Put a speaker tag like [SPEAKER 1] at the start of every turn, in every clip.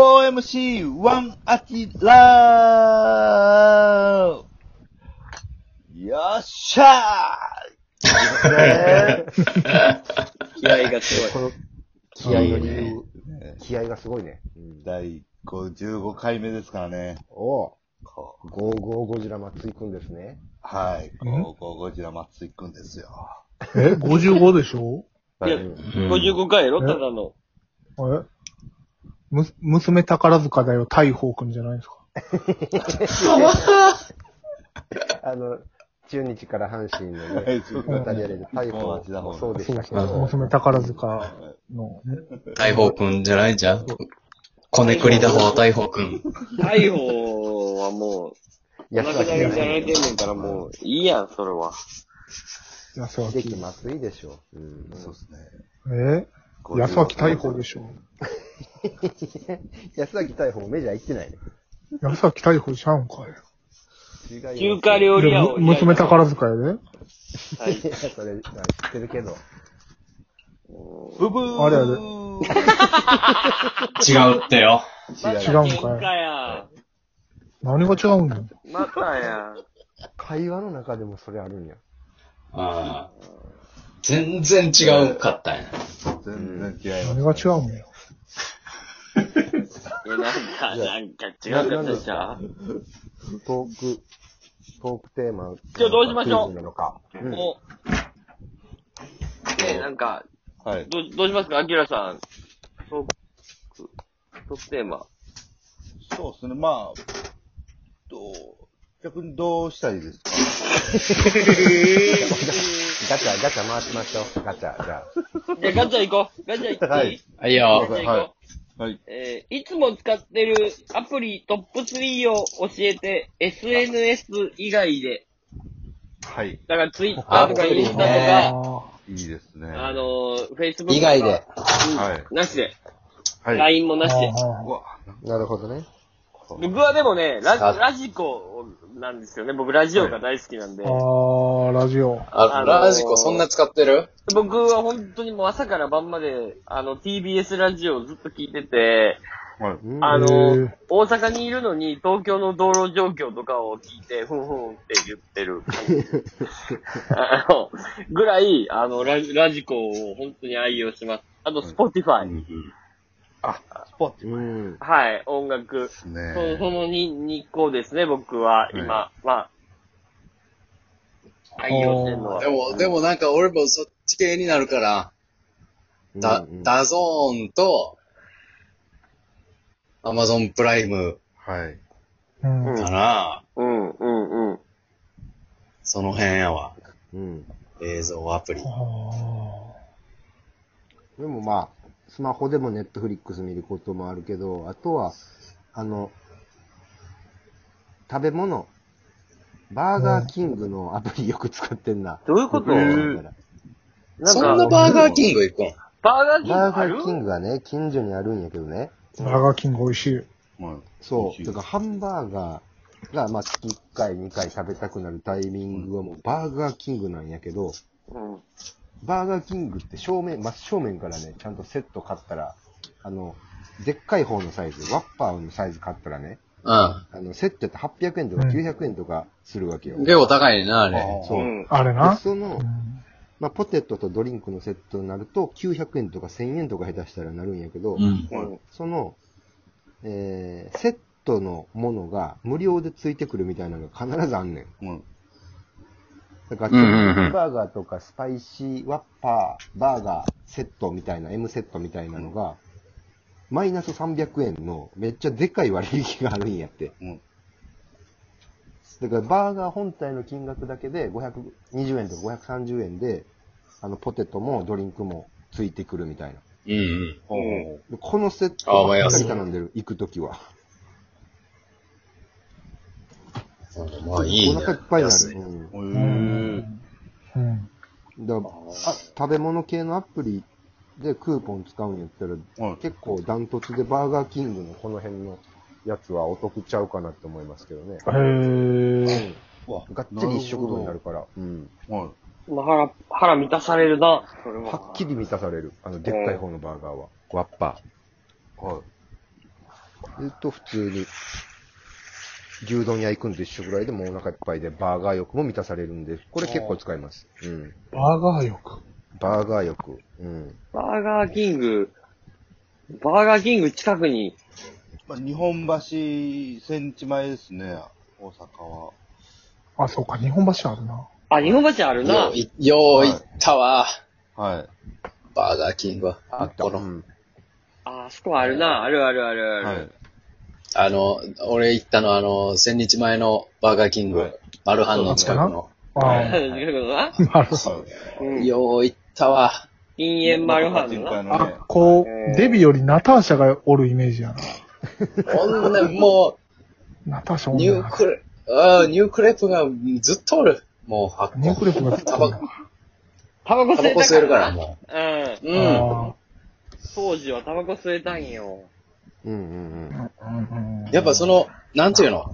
[SPEAKER 1] 4MC1 アキラーよっしゃ ー
[SPEAKER 2] 気合がす
[SPEAKER 3] こ
[SPEAKER 2] ごい。
[SPEAKER 3] の気合の理由、気合がすごいね。
[SPEAKER 1] 第55回目ですからね。
[SPEAKER 3] おお、
[SPEAKER 1] こう
[SPEAKER 3] ゴーゴーゴジラ松井くんですね。
[SPEAKER 1] はい。こう、こちら松井くんですよ。
[SPEAKER 4] え ?55 でしょ
[SPEAKER 2] いや
[SPEAKER 3] うん
[SPEAKER 2] 55回やろただの。
[SPEAKER 4] えむ、娘宝塚だよ、大宝くんじゃないですか。
[SPEAKER 3] あの、中日から阪神の
[SPEAKER 1] は
[SPEAKER 3] ね、
[SPEAKER 1] い、というこ
[SPEAKER 3] 渡
[SPEAKER 1] と
[SPEAKER 3] り
[SPEAKER 1] で
[SPEAKER 3] 合いで逮捕もそうでし
[SPEAKER 4] そう
[SPEAKER 3] たけ
[SPEAKER 4] そう。
[SPEAKER 3] ど、
[SPEAKER 4] 娘宝塚のね、
[SPEAKER 5] 大砲くんじゃないじゃん。こねくりだ方大砲くん。
[SPEAKER 2] 逮捕はもう、
[SPEAKER 3] 安
[SPEAKER 2] 田
[SPEAKER 3] 田
[SPEAKER 2] がや
[SPEAKER 3] 君
[SPEAKER 2] られてんねんからもう、いいやん、それは。
[SPEAKER 4] 安脇。
[SPEAKER 3] 秀樹松井でしょ。うん。
[SPEAKER 1] そうですね。
[SPEAKER 4] え安脇大宝でしょ
[SPEAKER 3] 安崎逮捕もメジャー行ってないね。
[SPEAKER 4] 安脇大宝ちゃうんかい。
[SPEAKER 3] 違い
[SPEAKER 2] 中華料理
[SPEAKER 4] で
[SPEAKER 2] 屋を。
[SPEAKER 4] む娘宝塚やで。
[SPEAKER 2] はい
[SPEAKER 3] いや、それ、知ってるけど。
[SPEAKER 1] ブブー
[SPEAKER 4] あれあれ
[SPEAKER 5] 違うってよ。
[SPEAKER 2] また
[SPEAKER 4] 違うんかい
[SPEAKER 2] 喧嘩や。
[SPEAKER 4] 何が違うんだよ。
[SPEAKER 2] またや。
[SPEAKER 3] 会話の中でもそれあるんや。
[SPEAKER 5] ああ全然違うかったんや。
[SPEAKER 1] 全然違います。
[SPEAKER 4] 何が違うんだよ。
[SPEAKER 2] いや、なんか、なんか違うことした。
[SPEAKER 3] トーク、トークテーマ。
[SPEAKER 2] じゃあどうしましょう
[SPEAKER 3] クイズなのか。うん
[SPEAKER 2] もう、ねなんか、
[SPEAKER 1] はい。
[SPEAKER 2] どう、どうしますか、アキラさん。トーク、トークテーマ。
[SPEAKER 1] そうですね。まあ、どう、逆にどうしたいですか
[SPEAKER 3] ガチャ、ガチャ回しましょう。ガチャ、じゃ
[SPEAKER 2] じゃあ、ガチャ行こう。ガチャ行っていい、
[SPEAKER 1] はい
[SPEAKER 5] はい
[SPEAKER 2] ガ
[SPEAKER 5] よ
[SPEAKER 2] チ。ャ行こう。
[SPEAKER 1] はいはい。
[SPEAKER 2] えーいつも使ってるアプリトップ3を教えて、SNS 以外で、
[SPEAKER 1] はい。
[SPEAKER 2] だからツイッターとか
[SPEAKER 5] アプ
[SPEAKER 2] イン
[SPEAKER 5] リね
[SPEAKER 2] スタと
[SPEAKER 5] え
[SPEAKER 2] か、
[SPEAKER 4] あ
[SPEAKER 1] いいですね。
[SPEAKER 2] あの、ー、Facebook とか
[SPEAKER 5] 以外で。
[SPEAKER 2] うん
[SPEAKER 1] はい
[SPEAKER 2] なしで。
[SPEAKER 1] はい。
[SPEAKER 2] LINE もなしで。
[SPEAKER 4] あ
[SPEAKER 1] うわ、
[SPEAKER 3] あ。なるほどね。
[SPEAKER 2] 僕はでもね、ラ
[SPEAKER 5] さ
[SPEAKER 2] ジラジコなんですよね。僕ラジオが大好きなんで。
[SPEAKER 4] ああ、ラジオ。
[SPEAKER 5] あ、ラジコそんな使ってる
[SPEAKER 2] 僕は本当にもう朝から晩まで、あの、TBS ラジオをずっと聞いてて、
[SPEAKER 1] はい。
[SPEAKER 3] うん
[SPEAKER 2] あ
[SPEAKER 4] へ
[SPEAKER 2] の
[SPEAKER 4] ー、
[SPEAKER 2] 大阪にいるのに東京の道路状況とかを聞いて、ふんふんって言ってる。あの、ぐらい、あの、ラジラジコを本当に愛用します。あと、スポティフ
[SPEAKER 1] う
[SPEAKER 2] ァイ。
[SPEAKER 1] んあ、スポッチ
[SPEAKER 3] うん。
[SPEAKER 2] はい、音
[SPEAKER 1] で
[SPEAKER 2] 楽。
[SPEAKER 1] すね。
[SPEAKER 2] そその 2, 2個ですね、僕は、今、まあ、愛用してるのは
[SPEAKER 5] で。も、でもなんか俺もそっち系になるから、だ、ダゾーンと、アマゾンプライム
[SPEAKER 1] はい。
[SPEAKER 4] うん。
[SPEAKER 2] うん
[SPEAKER 4] う
[SPEAKER 5] かな。
[SPEAKER 2] うん、うん、うん。
[SPEAKER 5] その辺やわ。
[SPEAKER 3] うん。
[SPEAKER 5] 映像アプリ。
[SPEAKER 3] でもまあ、スマホでもネットフリックス見ることもあるけど、あとは、あの、食べ物。バーガーキングのアプリよく使ってんな。
[SPEAKER 2] どういうこと
[SPEAKER 3] なんか
[SPEAKER 5] そんなバーガーキング行くん
[SPEAKER 2] バーガーキング
[SPEAKER 3] バー
[SPEAKER 2] あ
[SPEAKER 3] ガー
[SPEAKER 2] る
[SPEAKER 3] キングがね、近所にあるんやけどね。
[SPEAKER 4] んバーガーキング美味しい。
[SPEAKER 1] うん
[SPEAKER 3] そう。だからハンバーガーが、まあ、月1回、2回食べたくなるタイミングはもうバーガーキングなんやけど、
[SPEAKER 2] うん
[SPEAKER 3] バーガーキングって正面、真正面からね、ちゃんとセット買ったら、あの、でっかい方のサイズ、ワッパーのサイズ買ったらね、
[SPEAKER 5] う
[SPEAKER 3] あの、セットって800円とか900円とかするわけよ。
[SPEAKER 5] ん。量高いね、あれ。
[SPEAKER 1] あ
[SPEAKER 3] そうう。
[SPEAKER 2] ん。
[SPEAKER 4] あれ
[SPEAKER 3] で
[SPEAKER 4] な。
[SPEAKER 3] そうの、
[SPEAKER 4] ん
[SPEAKER 3] まあ、ポテトとドリンクのセットになると、900円とか1000円とか下手したらなるんやけど、
[SPEAKER 5] うん。
[SPEAKER 2] うん。
[SPEAKER 3] その、えー、セットのものが無料でついてくるみたいなのが必ずあんねん。
[SPEAKER 1] うん。
[SPEAKER 3] だから、
[SPEAKER 5] うんうんうん
[SPEAKER 3] バーガーとかスパイシーワッパー、バーガーセットみたいな、M セットみたいなのが、マイナス300円のめっちゃでかい割引があるんやって。
[SPEAKER 1] うん
[SPEAKER 3] だからバーガー本体の金額だけで520円とか530円で、あの、ポテトもドリンクもついてくるみたいな。
[SPEAKER 5] うんうん。
[SPEAKER 1] ほうほう
[SPEAKER 3] でこのセット
[SPEAKER 5] あ
[SPEAKER 3] ば
[SPEAKER 5] まあ
[SPEAKER 3] っか
[SPEAKER 5] 安
[SPEAKER 3] り
[SPEAKER 5] い
[SPEAKER 3] 頼んでる、行くときは。
[SPEAKER 5] まあいい
[SPEAKER 3] お
[SPEAKER 5] ね。
[SPEAKER 3] 腹いっぱいにな
[SPEAKER 5] 安
[SPEAKER 3] る。
[SPEAKER 5] い
[SPEAKER 3] うん
[SPEAKER 1] ほう。
[SPEAKER 4] う
[SPEAKER 1] へー
[SPEAKER 4] ん。うん。
[SPEAKER 3] だからあ食べ物系のアプリでクーポン使うんやったら、
[SPEAKER 1] はい
[SPEAKER 3] 結構ダントツでバーガーキングのこの辺のやつはお得ちゃうかなって思いますけどね。
[SPEAKER 4] へえ。
[SPEAKER 1] うわ
[SPEAKER 3] がっつり一食分になる。から、うん、
[SPEAKER 1] なほど
[SPEAKER 2] まあ、腹、腹満たされるな。それは。
[SPEAKER 3] はっきり満たされる。あの、でっかい方のバーガーは。ワッパ
[SPEAKER 1] はい。はい。
[SPEAKER 3] えっと、普通に、牛丼屋行くんと一緒ぐらいでもうお腹いっぱいで、バーガー欲も満たされるんで、これ結構使います。うん。
[SPEAKER 4] バーガー欲。
[SPEAKER 3] バーガー欲。うん。
[SPEAKER 2] バーガーキング、バーガーキング近くに、
[SPEAKER 1] まあ、日本橋千地前ですね、大阪は。
[SPEAKER 4] あ、そうか、日本橋あるな。
[SPEAKER 2] あ、日本橋あるな
[SPEAKER 5] よう。い、よう行ったわ。
[SPEAKER 1] はい。
[SPEAKER 5] バーガーキングは。あ、こ
[SPEAKER 3] う
[SPEAKER 5] の、
[SPEAKER 3] ん
[SPEAKER 2] あ、そこあるな。あるあるあるあ
[SPEAKER 1] は
[SPEAKER 2] る。
[SPEAKER 1] い。
[SPEAKER 5] あの、俺行ったのあの、千日前のバーガーキン
[SPEAKER 1] はい
[SPEAKER 5] グ。マルハンの近くの。
[SPEAKER 4] ああ、
[SPEAKER 2] 近くのな
[SPEAKER 4] なるほど。
[SPEAKER 2] うん。
[SPEAKER 5] よう行ったわ。
[SPEAKER 2] 禁煙マルハンのな。
[SPEAKER 1] のね
[SPEAKER 4] あ、こ
[SPEAKER 2] えー
[SPEAKER 4] う、デビよりナターシャがおるイメージやな。
[SPEAKER 5] ほんで、も
[SPEAKER 4] ナターシャお
[SPEAKER 5] う、
[SPEAKER 4] ん
[SPEAKER 5] ニ
[SPEAKER 4] ねん
[SPEAKER 5] ュー
[SPEAKER 4] な。
[SPEAKER 5] クレ、あーニュークレープがずっとおる。もう、発
[SPEAKER 4] ニュークレープがつく
[SPEAKER 5] タバコ、
[SPEAKER 2] タバコ
[SPEAKER 5] タバコ吸
[SPEAKER 2] 吸
[SPEAKER 5] え
[SPEAKER 2] え
[SPEAKER 5] る
[SPEAKER 2] た
[SPEAKER 5] から、も
[SPEAKER 2] ら。うん。
[SPEAKER 5] う。うん。
[SPEAKER 2] 当時はタバコ吸えたんよ。
[SPEAKER 3] うんうんうん。
[SPEAKER 5] やっぱその、なんていうの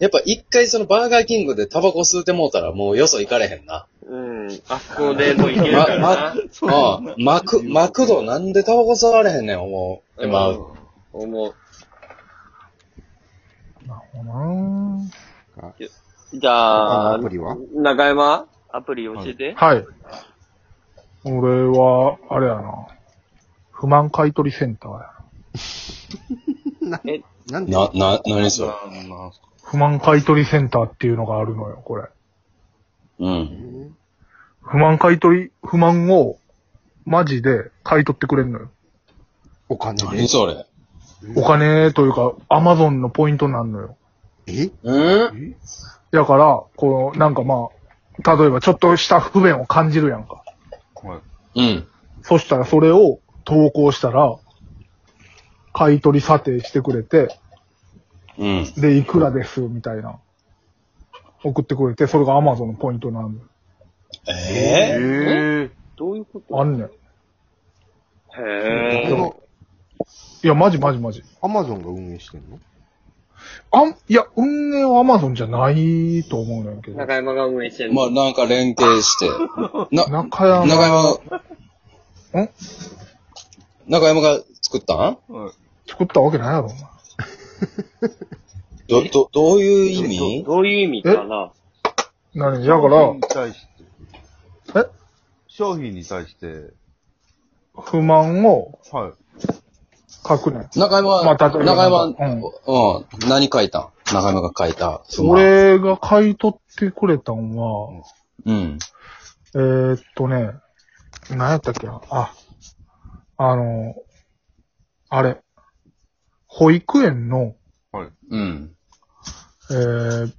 [SPEAKER 5] やっぱ一回そのバーガーキングでタバコ吸うてもうたらもうよそ行かれへんな。
[SPEAKER 2] うん。あそこでもういけるからな。
[SPEAKER 5] ああ、マク、マクドなんでタバコ吸われへんねん、思う。今、
[SPEAKER 2] うん思う。
[SPEAKER 4] なるほどな
[SPEAKER 2] じゃあ、
[SPEAKER 3] 他のアプリは
[SPEAKER 2] 中山アプリ教えて。
[SPEAKER 4] はい。俺は、あれやな。不満買取センターやな。
[SPEAKER 3] なんで
[SPEAKER 5] な、な、何それ。
[SPEAKER 1] なんなんすか
[SPEAKER 4] 不満買取センターっていうのがあるのよ、これ。
[SPEAKER 5] うん。
[SPEAKER 4] 不満買取、不満を、マジで買い取ってくれんのよ。
[SPEAKER 3] お金で
[SPEAKER 5] 何それ。
[SPEAKER 4] お金というか、アマゾンのポイントなんのよ。
[SPEAKER 3] え
[SPEAKER 5] うん
[SPEAKER 4] だから、この、なんかまあ、例えばちょっとした不便を感じるやんか。
[SPEAKER 1] はい。
[SPEAKER 5] うん。
[SPEAKER 4] そしたらそれを投稿したら、買い取り査定してくれて、
[SPEAKER 5] うん。
[SPEAKER 4] で、いくらです、みたいな。送ってくれて、それが Amazon のポイントなんだ
[SPEAKER 5] ええ
[SPEAKER 1] え
[SPEAKER 2] どういうこ
[SPEAKER 4] よ。あんねん。
[SPEAKER 2] へ
[SPEAKER 3] で
[SPEAKER 2] ー。
[SPEAKER 3] も、
[SPEAKER 4] いや、マジマジマジ。
[SPEAKER 3] アマゾンが運営してんの
[SPEAKER 4] あん、いや、運営は Amazon じゃないと思うねんけど。
[SPEAKER 2] 中山が運営してる。
[SPEAKER 5] まあなんか連携して。な、
[SPEAKER 4] 中山、
[SPEAKER 5] 中山、
[SPEAKER 4] ん
[SPEAKER 5] 中山が作ったん
[SPEAKER 1] ーはい
[SPEAKER 4] 作ったわけないやろ、お前
[SPEAKER 5] ど、ど、どういう意味
[SPEAKER 2] どういう意味かな
[SPEAKER 4] 何だから
[SPEAKER 1] 商品に、対して、
[SPEAKER 4] え
[SPEAKER 1] 商品に対して、
[SPEAKER 4] 不満を
[SPEAKER 1] はい。
[SPEAKER 4] 書くねん。
[SPEAKER 5] 中山は、
[SPEAKER 4] まあ例えば
[SPEAKER 5] 中山、
[SPEAKER 4] なん
[SPEAKER 5] うん、何書いたん中山が書いた。
[SPEAKER 4] 俺が買い取ってくれたんは、
[SPEAKER 5] うん。
[SPEAKER 4] えー、っとね、何やったっけな。あ、あの、あれ、保育園の、
[SPEAKER 5] うん。
[SPEAKER 4] えー、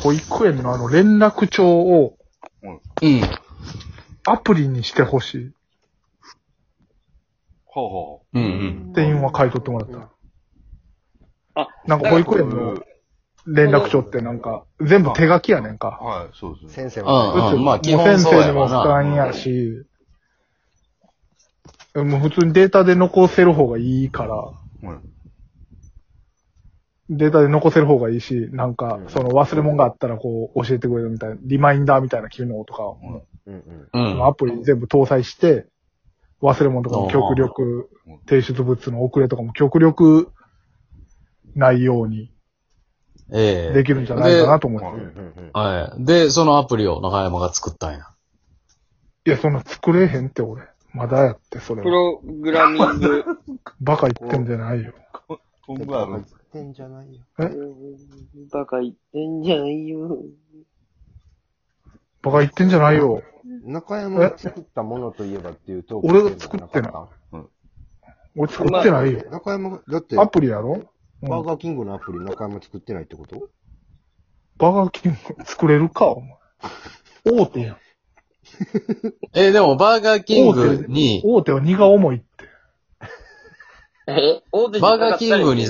[SPEAKER 4] 保育園のあの連絡帳を
[SPEAKER 5] うん。
[SPEAKER 4] アプリにしてほしい
[SPEAKER 1] ほうほ
[SPEAKER 5] うんうん。
[SPEAKER 4] っていうのは買い取ってもらった。
[SPEAKER 2] あ、
[SPEAKER 4] なんか保育園の連絡帳ってなんか全部手書きやねん
[SPEAKER 1] う。
[SPEAKER 4] か。
[SPEAKER 1] はい、そうですね。
[SPEAKER 3] 先生
[SPEAKER 5] うん
[SPEAKER 3] は。
[SPEAKER 4] うつ
[SPEAKER 5] まあ基
[SPEAKER 4] も
[SPEAKER 5] 本
[SPEAKER 4] う
[SPEAKER 5] そ
[SPEAKER 4] 先
[SPEAKER 5] う
[SPEAKER 4] 生
[SPEAKER 5] や
[SPEAKER 4] にも
[SPEAKER 5] わ
[SPEAKER 4] 負
[SPEAKER 5] な
[SPEAKER 4] 担やし、もう普通にデータで残せる方がいいから、
[SPEAKER 1] はい
[SPEAKER 4] データで残せる方がいいし、なんか、その忘れ物があったらこう教えてくれるみたいな、リマインダーみたいな機能とかも、
[SPEAKER 3] うんうん。
[SPEAKER 5] う
[SPEAKER 4] そ
[SPEAKER 5] ん
[SPEAKER 4] のアプリ全部搭載して、忘れ物とかも極力
[SPEAKER 1] うん、
[SPEAKER 4] 提出物の遅れとかも極力ないように
[SPEAKER 5] え
[SPEAKER 4] できるんじゃないかなと思って
[SPEAKER 1] で
[SPEAKER 4] る。
[SPEAKER 3] うんうん
[SPEAKER 5] はい。で、そのアプリを中山が作ったんや。
[SPEAKER 4] いや、そんな作れへんって俺。まだやって、それ
[SPEAKER 2] プ。ログラミング。
[SPEAKER 4] バカ言ってんじゃないよ。
[SPEAKER 1] 今
[SPEAKER 3] うん。
[SPEAKER 1] 後あるんです
[SPEAKER 3] ってんじゃないよ。
[SPEAKER 2] バカ言ってんじゃないよ。
[SPEAKER 4] バカ言ってんじゃないよ。
[SPEAKER 3] 中山が作ったものといえばっていうと、
[SPEAKER 4] 俺が作ってない
[SPEAKER 3] か
[SPEAKER 4] 俺作ってないよ
[SPEAKER 3] った。中山が、だって、
[SPEAKER 4] アプリやろうん
[SPEAKER 3] バーガーキングのアプリ中山作ってないってこと
[SPEAKER 4] バカキング作れるか、お前。大手やん。
[SPEAKER 5] えーでもバーガーキングに、
[SPEAKER 4] 大手は荷が重いって。
[SPEAKER 2] え大手
[SPEAKER 5] バーガーキングに、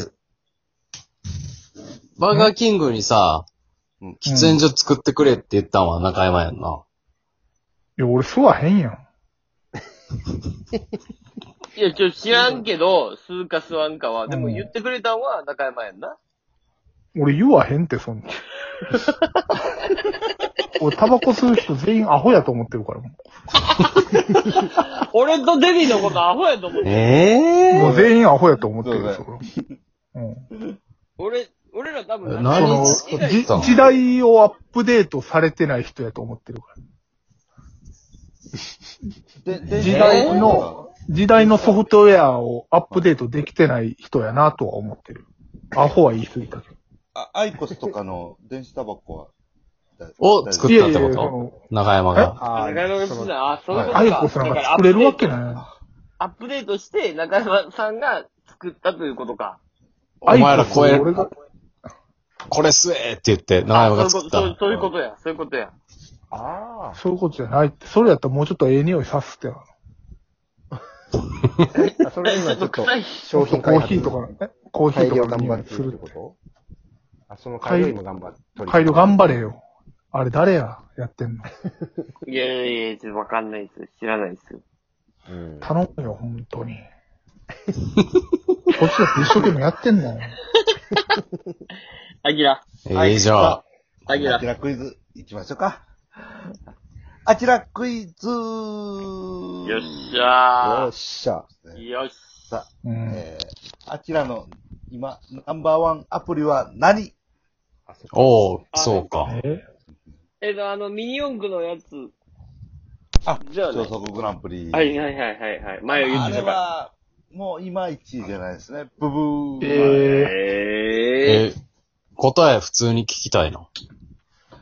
[SPEAKER 5] バーガーキングにさ、喫煙所作ってくれって言ったんは中山やんな。
[SPEAKER 4] いや、俺吸わへんやん。
[SPEAKER 2] いや、ちょ、知らんけど、吸うか吸わんかは。でも言ってくれたんは中山やんな。
[SPEAKER 4] 俺言わへんって、そん な。俺、タバコ吸う人全員アホやと思ってるから。も
[SPEAKER 2] 俺とデビのことアホやと思って。
[SPEAKER 5] え
[SPEAKER 4] う全員アホやと思ってる
[SPEAKER 1] そう
[SPEAKER 4] よ、
[SPEAKER 1] だ
[SPEAKER 4] そ
[SPEAKER 1] よ
[SPEAKER 4] れはうん。
[SPEAKER 2] 俺、俺ら多分、
[SPEAKER 4] そ
[SPEAKER 2] 何
[SPEAKER 4] の
[SPEAKER 2] も
[SPEAKER 5] 何
[SPEAKER 2] 以外
[SPEAKER 5] 作
[SPEAKER 4] じ
[SPEAKER 5] っそたう
[SPEAKER 4] 時代をアップデートされてない人やと思ってるから。
[SPEAKER 1] で、で
[SPEAKER 4] 時代の、時代のソフトウェアをアップデートできてない人やなとは思ってる。アホは言い過ぎたけど。
[SPEAKER 1] あ、アイコスとかの電子タバコは、だ
[SPEAKER 5] を作ったって
[SPEAKER 4] いやいや
[SPEAKER 5] こと
[SPEAKER 4] その
[SPEAKER 5] 中山が。
[SPEAKER 3] あ
[SPEAKER 2] あ、中山
[SPEAKER 3] そ
[SPEAKER 2] さん
[SPEAKER 3] の
[SPEAKER 2] が、あ、そういうことか。
[SPEAKER 4] アイコスなん
[SPEAKER 2] だ
[SPEAKER 4] から作れるわけない。
[SPEAKER 2] アップデートして、中山さんが作ったということか。
[SPEAKER 5] お前ら超え
[SPEAKER 4] アイコスを俺が
[SPEAKER 5] これすえって言って、中山が作っ
[SPEAKER 2] あそういうことそう
[SPEAKER 5] た。
[SPEAKER 2] そういうことや、そういうことや。
[SPEAKER 1] ああ。
[SPEAKER 4] そういうことじゃないって。それやったらもうちょっとええ匂いさすってやろ。
[SPEAKER 3] あそれ今ちょっと
[SPEAKER 2] 臭い。
[SPEAKER 3] 商品開
[SPEAKER 4] コー
[SPEAKER 3] 発
[SPEAKER 4] ヒーとか、えコーヒ
[SPEAKER 3] 改
[SPEAKER 4] ー
[SPEAKER 3] 良
[SPEAKER 4] とか
[SPEAKER 3] 頑
[SPEAKER 4] に
[SPEAKER 3] 張って
[SPEAKER 4] す
[SPEAKER 3] るって
[SPEAKER 4] る。
[SPEAKER 3] ことあ、その改良今頑張って。
[SPEAKER 4] 改良頑張
[SPEAKER 3] れ。
[SPEAKER 4] れよ。あれ誰ややってんの。
[SPEAKER 2] いやいやいや、ちょっとわかんないです。知らないです。
[SPEAKER 3] うん。
[SPEAKER 4] 頼むよ、本当 に。こっちだって一生懸命やってんだよ。
[SPEAKER 2] アキラ。
[SPEAKER 5] ええ、じゃあ、
[SPEAKER 2] アキ
[SPEAKER 1] あ
[SPEAKER 2] ラ
[SPEAKER 1] ち。らクイズ、行きましょうか。あちらクイズ
[SPEAKER 2] よっし
[SPEAKER 3] よ
[SPEAKER 2] ゃ
[SPEAKER 3] っしゃ。
[SPEAKER 2] ー。よっし
[SPEAKER 4] うん。
[SPEAKER 1] えー、あちらの今、ナンバーワンアプリは何
[SPEAKER 5] おおそうか。
[SPEAKER 4] え
[SPEAKER 2] えっと、あの、ミニ四駆のやつ。
[SPEAKER 1] あ、
[SPEAKER 2] じゃあね
[SPEAKER 1] 超速グランプリ。
[SPEAKER 2] はいはいはいはいはい。前言っ
[SPEAKER 1] あ
[SPEAKER 2] て
[SPEAKER 1] れ
[SPEAKER 2] たから。
[SPEAKER 1] は、もういまいちじゃないですね。ブブー。
[SPEAKER 4] え
[SPEAKER 2] ええ
[SPEAKER 5] え、答え普通に聞きたいな。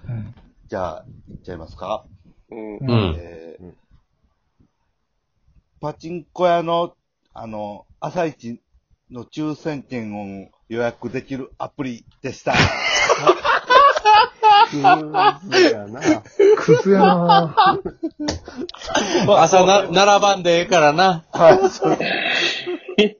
[SPEAKER 4] うん
[SPEAKER 1] じゃあ、いっちゃいますか。
[SPEAKER 2] うん
[SPEAKER 4] う。
[SPEAKER 5] うんん。
[SPEAKER 1] えー
[SPEAKER 3] うん
[SPEAKER 1] パチンコ屋の、あの、朝一の抽選券を予約できるアプリで した。
[SPEAKER 3] クズやな。
[SPEAKER 4] クズやな
[SPEAKER 5] 朝な、7番でええからな。
[SPEAKER 4] はい。